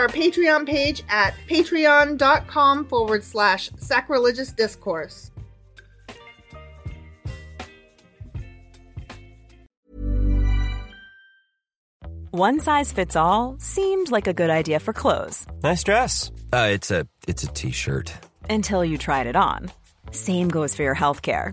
our Patreon page at patreon.com forward slash sacrilegious discourse. One size fits all seemed like a good idea for clothes Nice dress. Uh, it's a it's a t-shirt. until you tried it on. Same goes for your healthcare.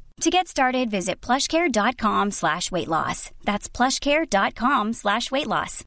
To get started, visit plushcare.com slash weight loss. That's plushcare.com slash weight loss.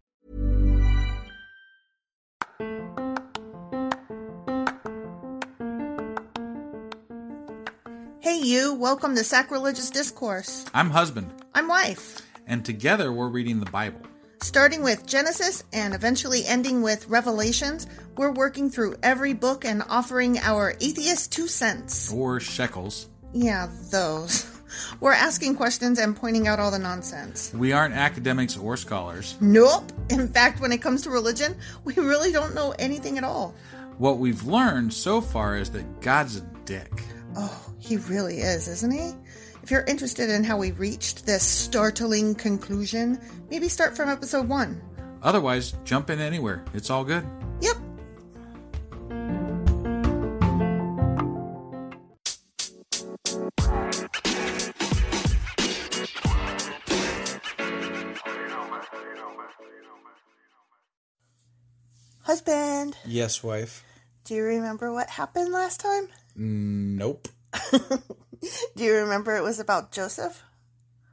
Hey, you, welcome to Sacrilegious Discourse. I'm husband, I'm Wife, and together we're reading the Bible. starting with Genesis and eventually ending with Revelations. We're working through every book and offering our atheist two cents. Or shekels. Yeah, those. We're asking questions and pointing out all the nonsense. We aren't academics or scholars. Nope. In fact, when it comes to religion, we really don't know anything at all. What we've learned so far is that God's a dick. Oh, he really is, isn't he? If you're interested in how we reached this startling conclusion, maybe start from episode one. Otherwise, jump in anywhere. It's all good. Yep. Husband, Yes, wife. do you remember what happened last time? Nope. Do you remember it was about Joseph?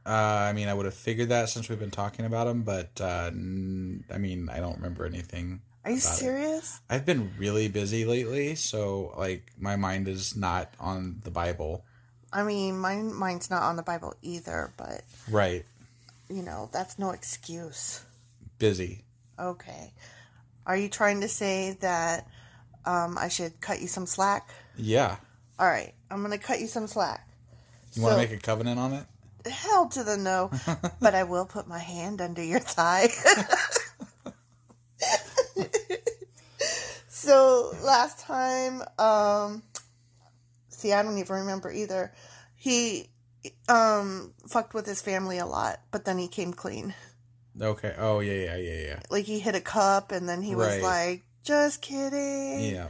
Uh, I mean, I would have figured that since we've been talking about him, but uh, n- I mean, I don't remember anything. Are you about it. serious? I've been really busy lately, so like my mind is not on the Bible. I mean, mine mine's not on the Bible either, but Right. you know, that's no excuse. Busy. Okay. Are you trying to say that um, I should cut you some slack? Yeah. All right, I'm going to cut you some slack. You want So- to make a covenant on it? Hell to the no, but I will put my hand under your thigh. so last time, um, see, I don't even remember either. He um, fucked with his family a lot, but then he came clean. Okay. Oh yeah, yeah, yeah, Like he hit a cup, and then he was Right. like, "Just kidding." yeah. Yeah.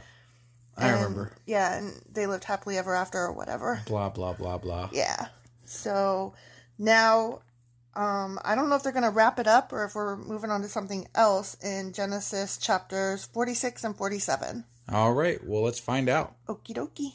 I And- remember. Yeah, and they lived happily ever after or whatever. Blah blah blah blah. Yeah. So now um I don't know if they're going to wrap it up or if we're moving on to something else in Genesis chapters 46 and 47. All right. Well, let's find out. Okie dokie.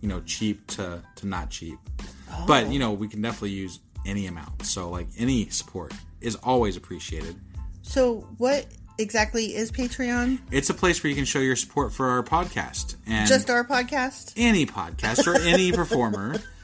you know cheap to to not cheap. Oh. But you know we can definitely use any amount, so like any support is always appreciated. So, what exactly is Patreon? It's a place where you can show your support for our podcast and Just our podcast? any podcast or any performer.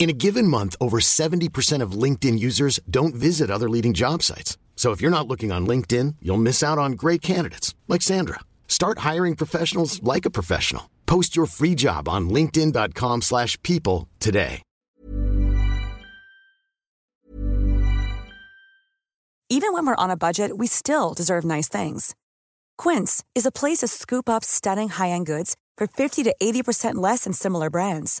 In a given month, over 70% of LinkedIn users don't visit other leading job sites. So if you're not looking on LinkedIn, you'll miss out on great candidates like Sandra. Start hiring professionals like a professional. Post your free job on linkedin.com/people slash people today. Even when we're on a budget, we still deserve nice things. Quince is a place to scoop up stunning high-end goods for 50 to 80% less than similar brands.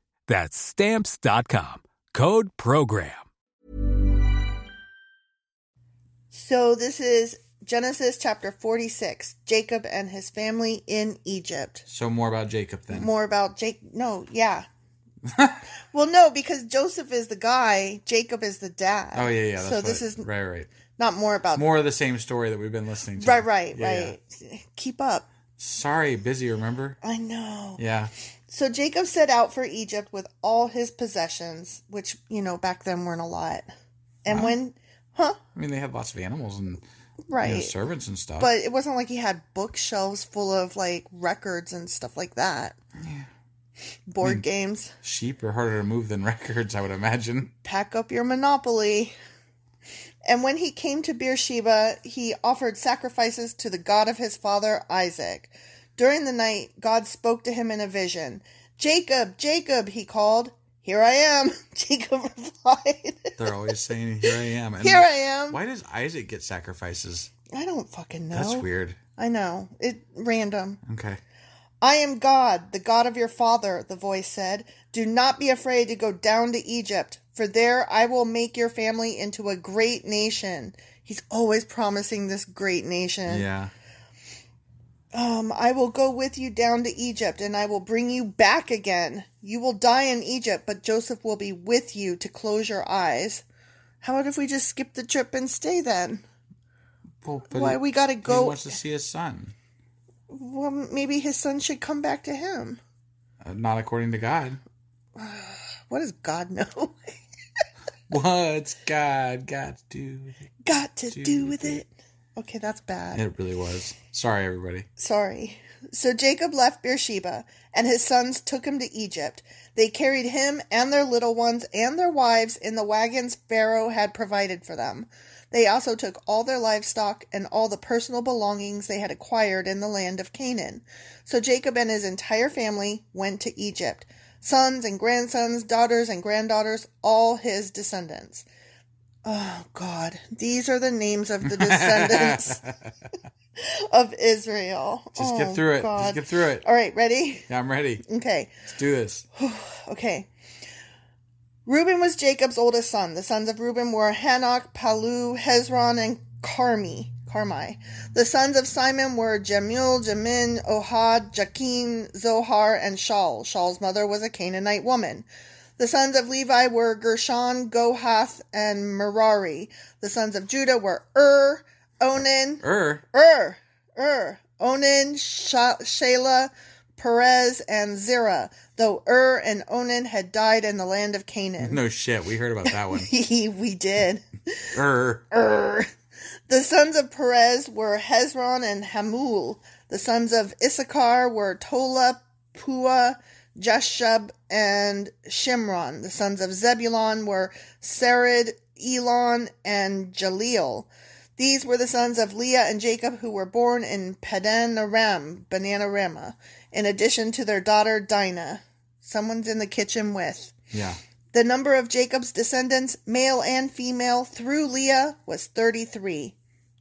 That's stamps.com. Code program. So, this is Genesis chapter 46 Jacob and his family in Egypt. So more about Jacob then. More about Jake. No, yeah. well, no, because Joseph is the guy, Jacob is the dad. Oh yeah, yeah. That's so, this is is right, right. not more about. More of the same story that we've been listening to. right, right, Yeah, yeah. right. Keep up. Sorry, busy. Remember? I know. Yeah. So Jacob set out for Egypt with all his possessions, which, you know, back then weren't a lot. And when, huh? I mean, they had lots of animals and you know, Right. servants and stuff. But it wasn't like he had bookshelves full of like records and stuff like that. Yeah. Board games. sheep are harder to move than records, I would imagine. Pack up your Monopoly. And when he came to Beersheba, he offered sacrifices to the God of his father Isaac. During the night, God spoke to him in a vision. Jacob, Jacob, he called. Here I am, Jacob replied. They're always saying, "Here I am." And Here I am. Why does Isaac get sacrifices? I don't fucking know. That's weird. I know. It random. Okay. I am God, the God of your father, the voice said. Do not be afraid to go down to Egypt, For there I will make your family into a great nation. He's always promising this great nation. Yeah. Um, I will go with you down to Egypt, and I will bring you back again. You will die in Egypt, but Joseph will be with you to close your eyes. How about if we just skip the trip and stay then? Well, Why we gotta go- He wants to see his son. Well, maybe his son should come back to him. Uh, not according to God. What does God know? What's God got to do? with it? Got to do with it. Okay, that's bad. It really was. Sorry, everybody. Sorry. So Jacob left Beersheba, and his sons took him to Egypt. They carried him and their little ones and their wives in the wagons Pharaoh had provided for them. They also took all their livestock and all the personal belongings they had acquired in the land of Canaan. So Jacob and his entire family went to Egypt sons and grandsons, daughters and granddaughters, all his descendants. Oh, God. These are the names of the descendants of Israel. Just oh, get through it. God. Just get through it. All right, ready? Yeah, I'm ready. Okay. Let's do this. Okay. Reuben was Jacob's oldest son. The sons of Reuben were Hanok, Palu, Hezron, and Carmi. Carmi. The sons of Simon were Jamul, Jamin, Ohad, Jakin, Zohar, and Shaul. Shaul's mother was a Canaanite woman. The sons of Levi were Gershon, Gohath, and Merari. The sons of Judah were Ur, Onan, Er, Ur, Ur, Onan, Sha- Shelah, Perez, and Zerah, though Ur and Onan had died in the land of Canaan. no shit. We heard about that one. we did. Er, Ur. The sons of Perez were Hezron and Hamul. The sons of Issachar were Tola, Pua, Jashub, and Shimron. The sons of Zebulon were Sered, Elon, and Jaleel. These were the sons of Leah and Jacob who were born in Padan Aram, Bananarama, in addition to their daughter Dinah. Someone's in the kitchen with. yeah. The number of Jacob's descendants, male and female, through Leah was 33.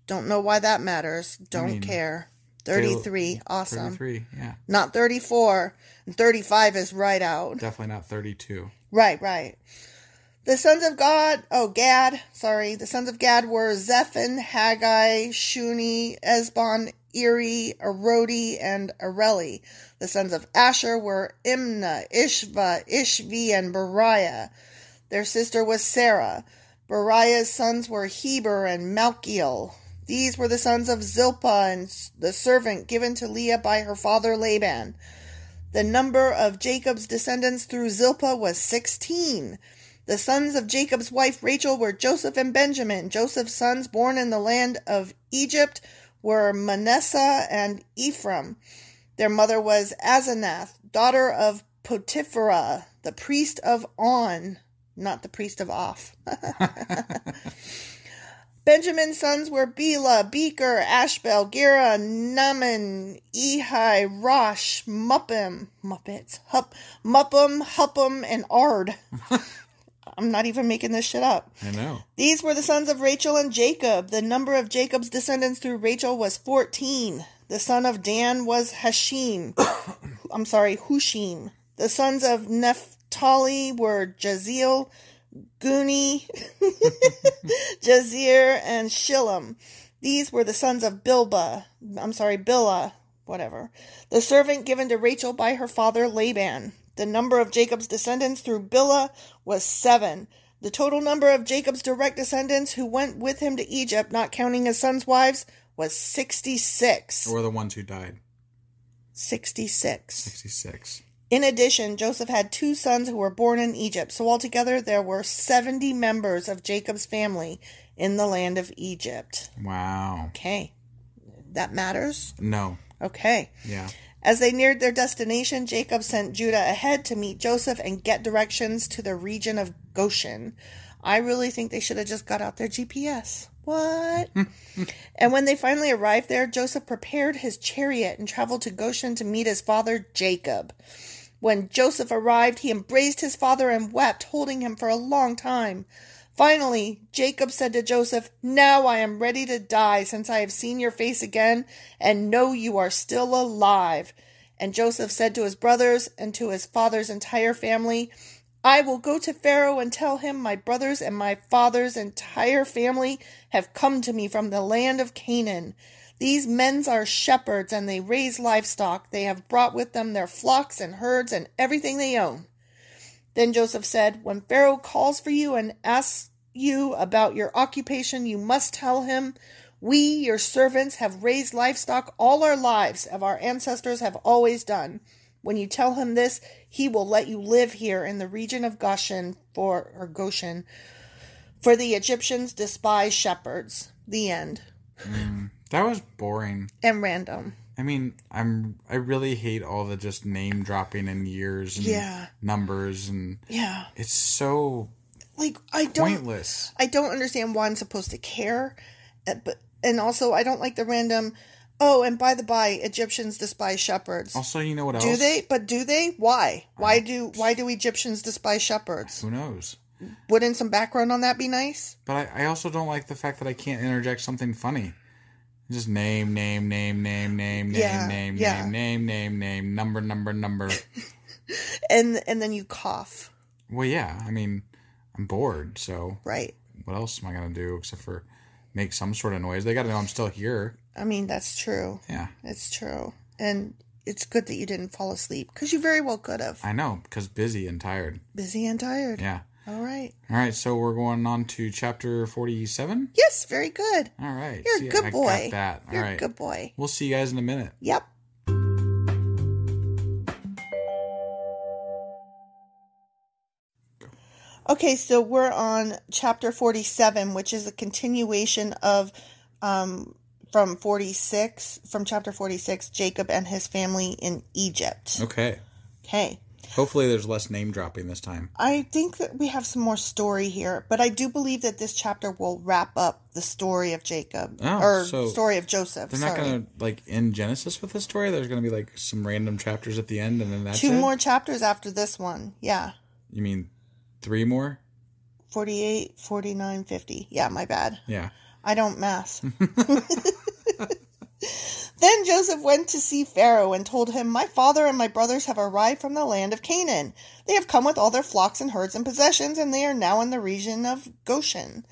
Don't know why that matters. Don't mean, care. 33. awesome. Thirty-three. Yeah. Not 34. And 35 is right out. Definitely not thirty-two. Right, right. The sons of God, oh, Gad, sorry. The sons of Gad were Zephan, Haggai, Shuni, Esbon, Eri, Erodi, and Areli. The sons of Asher were Imnah, Ishva, Ishvi, and Beriah. Their sister was Sarah. Beriah's sons were Heber and Malkiel. These were the sons of Zilpah and the servant given to Leah by her father Laban. The number of Jacob's descendants through Zilpah was sixteen. The sons of Jacob's wife Rachel were Joseph and Benjamin. Joseph's sons born in the land of Egypt were Manasseh and Ephraim. Their mother was Azanath, daughter of Potipharah, the priest of On, not the priest of Off. Benjamin's sons were Bela, Beker, Ashbel, Gera, Naaman, Ehi, Rosh, Muppim, Muppets, Hup, Muppum, Huppum, and Ard. I'm not even making this shit up. I know. These were the sons of Rachel and Jacob. The number of Jacob's descendants through Rachel was 14. The son of Dan was Hashim. I'm sorry, Hushim. The sons of Naphtali were Jazeel, Guni, Jazir, and Shillam. These were the sons of Bilba. I'm sorry, Billah, whatever. The servant given to Rachel by her father Laban. The number of Jacob's descendants through Billah was seven. The total number of Jacob's direct descendants who went with him to Egypt, not counting his sons' wives, was 66. Or the ones who died. 66. Sixty-six. In addition, Joseph had two sons who were born in Egypt, so altogether there were 70 members of Jacob's family in the land of Egypt. Wow. Okay. That matters? No. Okay. Yeah. As they neared their destination, Jacob sent Judah ahead to meet Joseph and get directions to the region of Goshen. I really think they should have just got out their GPS. What? and when they finally arrived there, Joseph prepared his chariot and traveled to Goshen to meet his father Jacob. When Joseph arrived, he embraced his father and wept, holding him for a long time. Finally, Jacob said to Joseph, Now I am ready to die, since I have seen your face again and know you are still alive. And Joseph said to his brothers and to his father's entire family, I will go to Pharaoh and tell him my brothers and my father's entire family have come to me from the land of Canaan. These men are shepherds and they raise livestock. They have brought with them their flocks and herds and everything they own. Then Joseph said, When Pharaoh calls for you and asks you about your occupation, you must tell him, We, your servants, have raised livestock all our lives, as our ancestors have always done. When you tell him this, he will let you live here in the region of Goshen for or Goshen, for the Egyptians despise shepherds. The end. That was boring. And random. I mean, I'm I really hate all the just name dropping and years and Yeah. numbers and Yeah. it's so Like I don't pointless. I don't understand why I'm supposed to care, uh, but and also I don't like the random. Oh, and by the by, Egyptians despise shepherds. Also, you know what else? Mm. do they? But do they? Why? Why do? Why do Egyptians despise shepherds? Who knows? Wouldn't some background on that be nice? But I, I also don't like the fact that I can't interject something funny. Just name, name, name, name, name, Yeah, name, name, yeah. name, name, name, name, number, number, number. And and then you cough, well, yeah. I mean, I'm bored, so right? what else am I gonna do except for make some sort of noise? They gotta know I'm still here. I mean that's true. Yeah, It's true, and it's good that you didn't fall asleep because you very well could have. I know because busy and tired. Busy and tired. Yeah. All right. All right, so we're going on to chapter forty-seven. Yes, very good. All right, You're a see, good I boy. Got that. All You're right. a good boy. We'll see you guys in a minute. Yep. Okay, so we're on chapter 47, which is a continuation of um, from 46, from chapter 46, Jacob and his family in Egypt. Okay. Okay. Hopefully, there's less name dropping this time. I think that we have some more story here, but I do believe that this chapter will wrap up the story of Jacob Oh, or so story of Joseph. They're not sorry. gonna like end Genesis with this story. There's gonna be like some random chapters at the end, and then that's Two it? more chapters after this one. Yeah. You mean three more? 48, 49, 50. Yeah, my bad. Yeah. I don't math. then Joseph went to see Pharaoh and told him, My father and my brothers have arrived from the land of Canaan. They have come with all their flocks and herds and possessions, and they are now in the region of Goshen.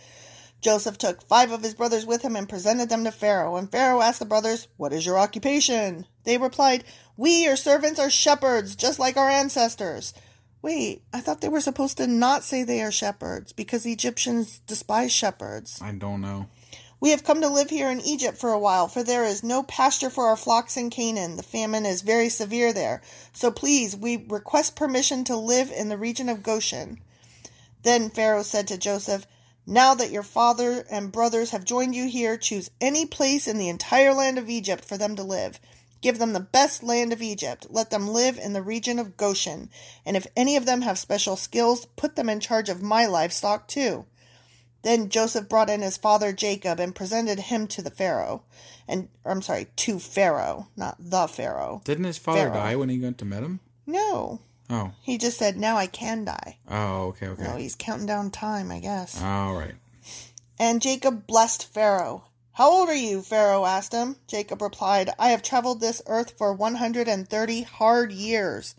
Joseph took five of his brothers with him and presented them to Pharaoh. And Pharaoh asked the brothers, What is your occupation? They replied, We, your servants, are shepherds, just like our ancestors. Wait, I thought they were supposed to not say they are shepherds because the Egyptians despise shepherds. I don't know. We have come to live here in Egypt for a while, for there is no pasture for our flocks in Canaan. The famine is very severe there. So please, we request permission to live in the region of Goshen. Then Pharaoh said to Joseph, Now that your father and brothers have joined you here, choose any place in the entire land of Egypt for them to live. Give them the best land of Egypt. Let them live in the region of Goshen. And if any of them have special skills, put them in charge of my livestock too. Then Joseph brought in his father Jacob and presented him to the Pharaoh. And or I'm sorry, to Pharaoh, not the Pharaoh. Didn't his father Pharaoh. die when he went to met him? No. Oh. He just said, Now I can die. Oh. Okay. Okay. No, he's counting down time, I guess. All right. And Jacob blessed Pharaoh. How old are you? Pharaoh asked him. Jacob replied, I have traveled this earth for 130 hard years,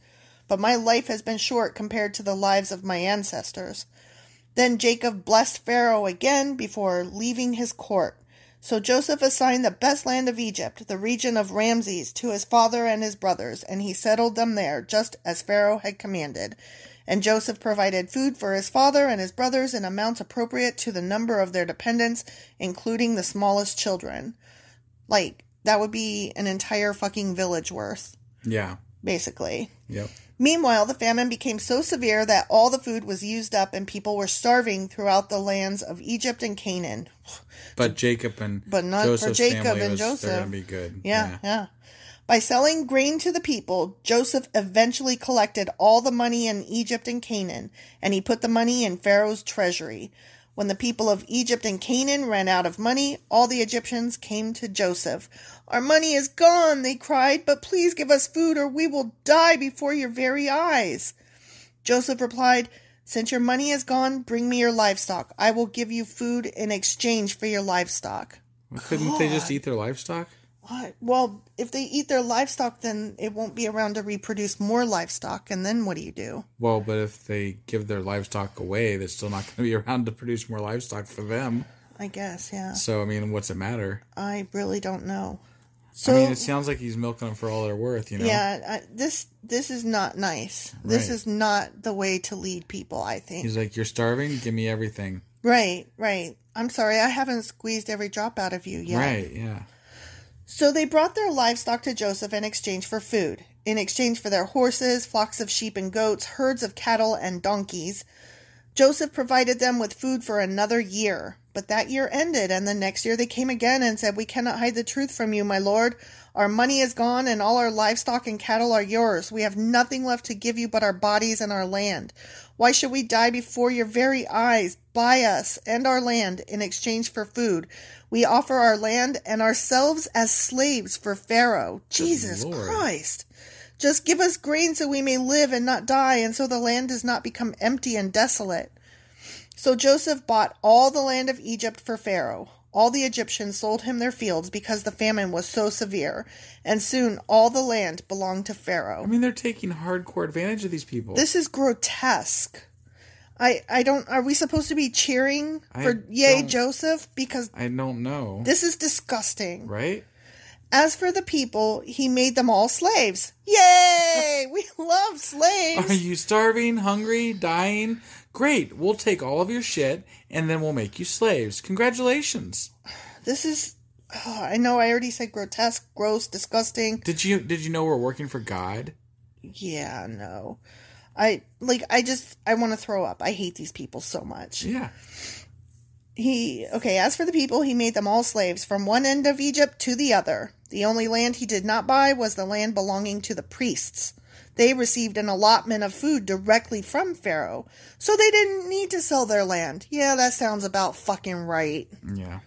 but my life has been short compared to the lives of my ancestors. Then Jacob blessed Pharaoh again before leaving his court. So Joseph assigned the best land of Egypt, the region of Ramses, to his father and his brothers, and he settled them there, just as Pharaoh had commanded. And Joseph provided food for his father and his brothers in amounts appropriate to the number of their dependents, including the smallest children. Like, that would be an entire fucking village worth, Yeah. basically. Yep. Meanwhile, the famine became so severe that all the food was used up and people were starving throughout the lands of Egypt and Canaan. But Jacob and But not for Jacob family and Joseph. They're gonna be good. Yeah, yeah. By selling grain to the people, Joseph eventually collected all the money in Egypt and Canaan, and he put the money in Pharaoh's treasury. When the people of Egypt and Canaan ran out of money, all the Egyptians came to Joseph. Our money is gone, they cried, but please give us food or we will die before your very eyes. Joseph replied, Since your money is gone, bring me your livestock. I will give you food in exchange for your livestock. Couldn't they just eat their livestock? What? Well, if they eat their livestock, then it won't be around to reproduce more livestock. And then what do you do? Well, but if they give their livestock away, they're still not going to be around to produce more livestock for them. I guess, yeah. So, I mean, what's it matter? I really don't know. So, I mean, it sounds like he's milking them for all they're worth, you know? yeah, I, this this is not nice. This Right. is not the way to lead people. I think. He's like, you're starving? Give me everything. right, right. I'm sorry, I haven't squeezed every drop out of you yet. Right, yeah. So they brought their livestock to Joseph in exchange for food, in exchange for their horses, flocks of sheep and goats, herds of cattle and donkeys. Joseph provided them with food for another year, but that year ended, and the next year they came again and said, We cannot hide the truth from you, my lord. Our money is gone, and all our livestock and cattle are yours. We have nothing left to give you but our bodies and our land. Why should we die before your very eyes? Buy us and our land in exchange for food. We offer our land and ourselves as slaves for Pharaoh. Jesus Lord. Christ. Just give us grain so we may live and not die, and so the land does not become empty and desolate. So Joseph bought all the land of Egypt for Pharaoh. All the Egyptians sold him their fields because the famine was so severe, and soon all the land belonged to Pharaoh. I mean, they're taking hardcore advantage of these people. This is grotesque. I I don't. Are we supposed to be cheering I for Yay don't- Joseph? Because I don't know. this is disgusting. right? As for the people, he made them all slaves. Yay! we love slaves. Are you starving, hungry, dying? Great. We'll take all of your shit and then we'll make you slaves. Congratulations. This is. Oh, I know. I already said grotesque, gross, disgusting. Did you did you know we're working for God? Yeah, no. I like. I just. I want to throw up. I hate these people so much. Yeah. He okay, as for the people, he made them all slaves from one end of Egypt to the other. The only land he did not buy was the land belonging to the priests. They received an allotment of food directly from Pharaoh, so they didn't need to sell their land. Yeah, that sounds about fucking right. Yeah.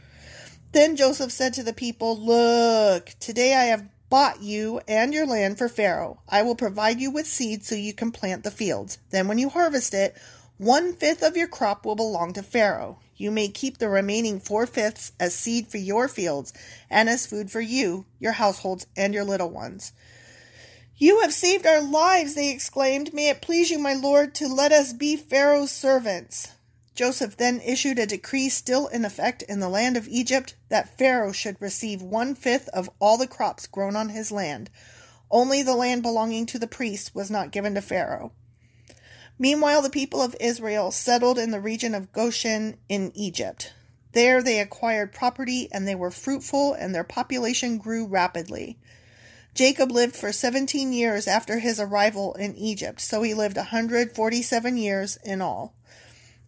Then Joseph said to the people, Look, today I have bought you and your land for Pharaoh. I will provide you with seed so you can plant the fields. Then when you harvest it, one fifth of your crop will belong to Pharaoh. You may keep the remaining four fifths as seed for your fields and as food for you, your households, and your little ones. You have saved our lives, they exclaimed. May it please you, my lord, to let us be Pharaoh's servants. Joseph then issued a decree still in effect in the land of Egypt that Pharaoh should receive one fifth of all the crops grown on his land. Only the land belonging to the priests was not given to Pharaoh. Meanwhile, the people of Israel settled in the region of Goshen in Egypt. There they acquired property and they were fruitful, and their population grew rapidly. Jacob lived for 17 years after his arrival in Egypt, so he lived 147 years in all.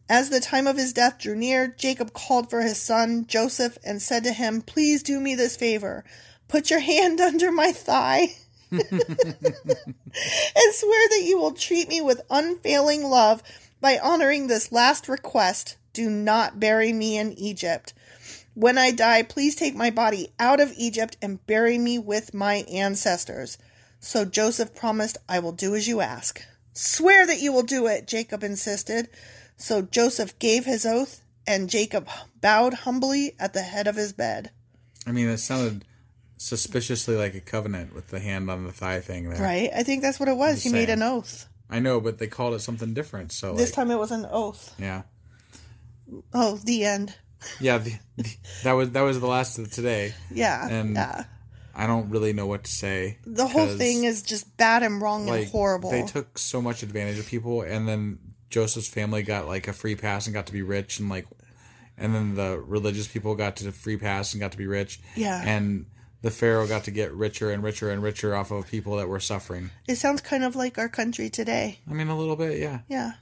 As the time of his death drew near, Jacob called for his son Joseph and said to him, Please do me this favor. Put your hand under my thigh and swear that you will treat me with unfailing love by honoring this last request. Do not bury me in Egypt. When I die, please take my body out of Egypt and bury me with my ancestors. So Joseph promised, I will do as you ask. Swear that you will do it, Jacob insisted. So Joseph gave his oath, and Jacob bowed humbly at the head of his bed. I mean, it sounded suspiciously like a covenant with the hand on the thigh thing there. Right? I think that's what it was. The He made same. an oath. I know, but they called it something different. So This like, time it was an oath. yeah, Oh, the end. yeah. The, the- that was that was the last of today. Yeah. And yeah. I don't really know what to say. The whole 'cause, thing is just bad and wrong like and horrible. They took so much advantage of people, and then Joseph's family got like a free pass and got to be rich, and like, and then the religious people got to free pass and got to be rich. Yeah. And the pharaoh got to get richer and richer and richer off of people that were suffering. it sounds kind of like our country today. I mean, a little bit, yeah. Yeah.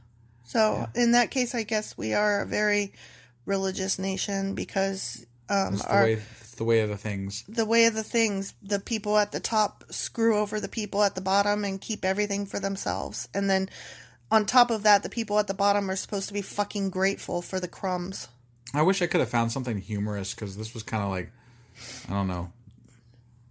So in that case, I guess we are a very religious nation because um, It's the our way it's the way of the things. the way of the things, the people at the top screw over the people at the bottom and keep everything for themselves, and then on top of that, the people at the bottom are supposed to be fucking grateful for the crumbs. I wish I could have found something humorous because this was kind of like, I don't know,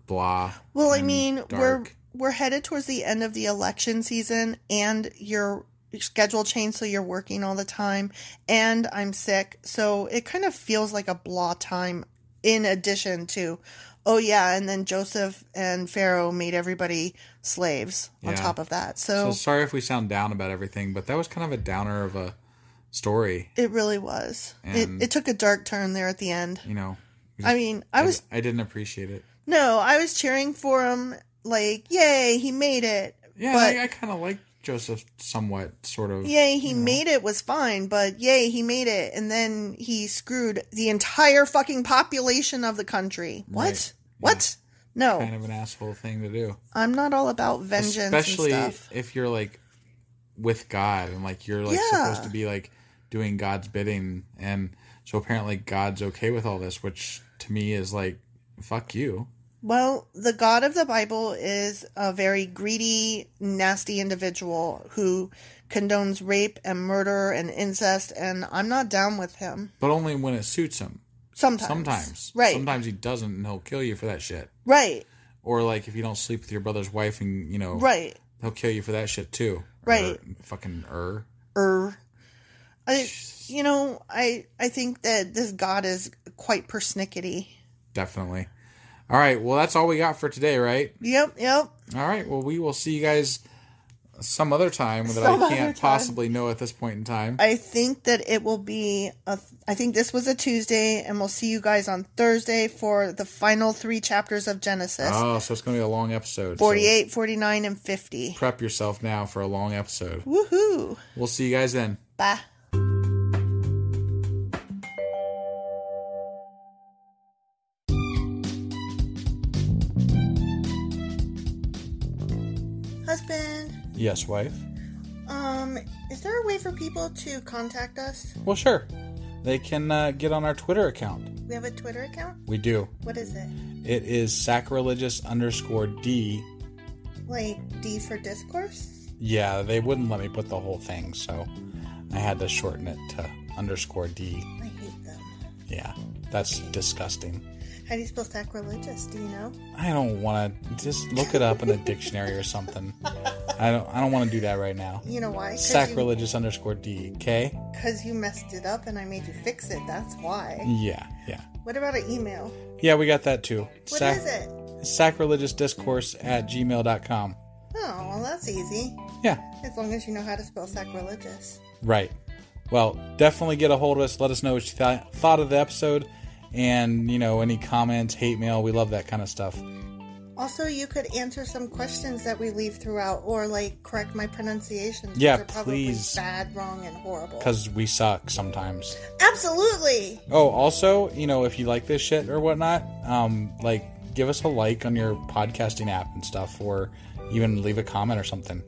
blah. Well, I and mean, we're dark. we're headed towards the end of the election season, and your schedule changed, so you're working all the time, and I'm sick, so it kind of feels like a blah time in addition to, oh yeah, and then Joseph and Pharaoh made everybody slaves on Yeah. top of that. So So, sorry if we sound down about everything, but that was kind of a downer of a story. it really was. It, And- it took a dark turn there at the end. You know, I mean, I was I didn't appreciate it. no, I was cheering for him. Like, yay, he made it. Yeah, but I, I kind of like Joseph somewhat, sort of. yay, he made it was fine, but yay, he made it, and then he screwed the entire fucking population of the country. What? Right. What? No, Kind of an asshole thing to do, I'm not all about vengeance, especially and stuff. if you're like with God and like you're like Yeah. supposed to be like doing God's bidding, and so apparently God's okay with all this, which to me is like, fuck you. Well, the God of the Bible is a very greedy, nasty individual who condones rape and murder and incest, and I'm not down with him. But only when it suits him. Sometimes. Sometimes, Right. Sometimes he doesn't, and he'll kill you for that shit. Right. Or like if you don't sleep with your brother's wife, and you know, Right. He'll kill you for that shit too. Right. Er, fucking er. Er. I, you know, I I think that this God is quite persnickety. Definitely. All right. Well, that's all we got for today, right? Yep, yep. All right. Well, we will see you guys some other time that Some I other time. can't possibly know at this point in time. I think that it will be. A, I think this was a Tuesday, and we'll see you guys on Thursday for the final three chapters of Genesis Oh, so it's going to be a long episode. so 48, 49, and 50. prep yourself now for a long episode. Woohoo! We'll see you guys then. Bye. Husband, Yes, wife. um, is there a way for people to contact us? Well, sure. They can uh, get on our Twitter account. We have a Twitter account. We do. What is it? It is sacrilegious underscore D. Like D for discourse? Yeah, they wouldn't let me put the whole thing, so I had to shorten it to underscore D. I hate them. Yeah, that's disgusting. How do you spell sacrilegious? Do you know? I don't want to just look it up in a dictionary or something. I don't. I don't want to do that right now. You know why? Sacrilegious underscore D. K. Because you messed it up and I made you fix it. That's why. Yeah, yeah, What about an email? yeah. We got that too. What is it? Sacrilegious discourse at gmail.com. Oh, well, that's easy. Yeah, As long as you know how to spell sacrilegious. right. Well, definitely get a hold of us. Let us know what you th- thought of the episode, and you know any comments, hate mail. We love that kind of stuff. Also, you could answer some questions that we leave throughout, or like correct my pronunciations. Yeah, which are probably please. Bad, wrong, and horrible. because we suck sometimes. absolutely. Oh, also, you know, if you like this shit or whatnot, um, like give us a like on your podcasting app and stuff, or even leave a comment or something.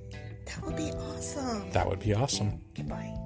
That would be awesome. That would be awesome. Goodbye.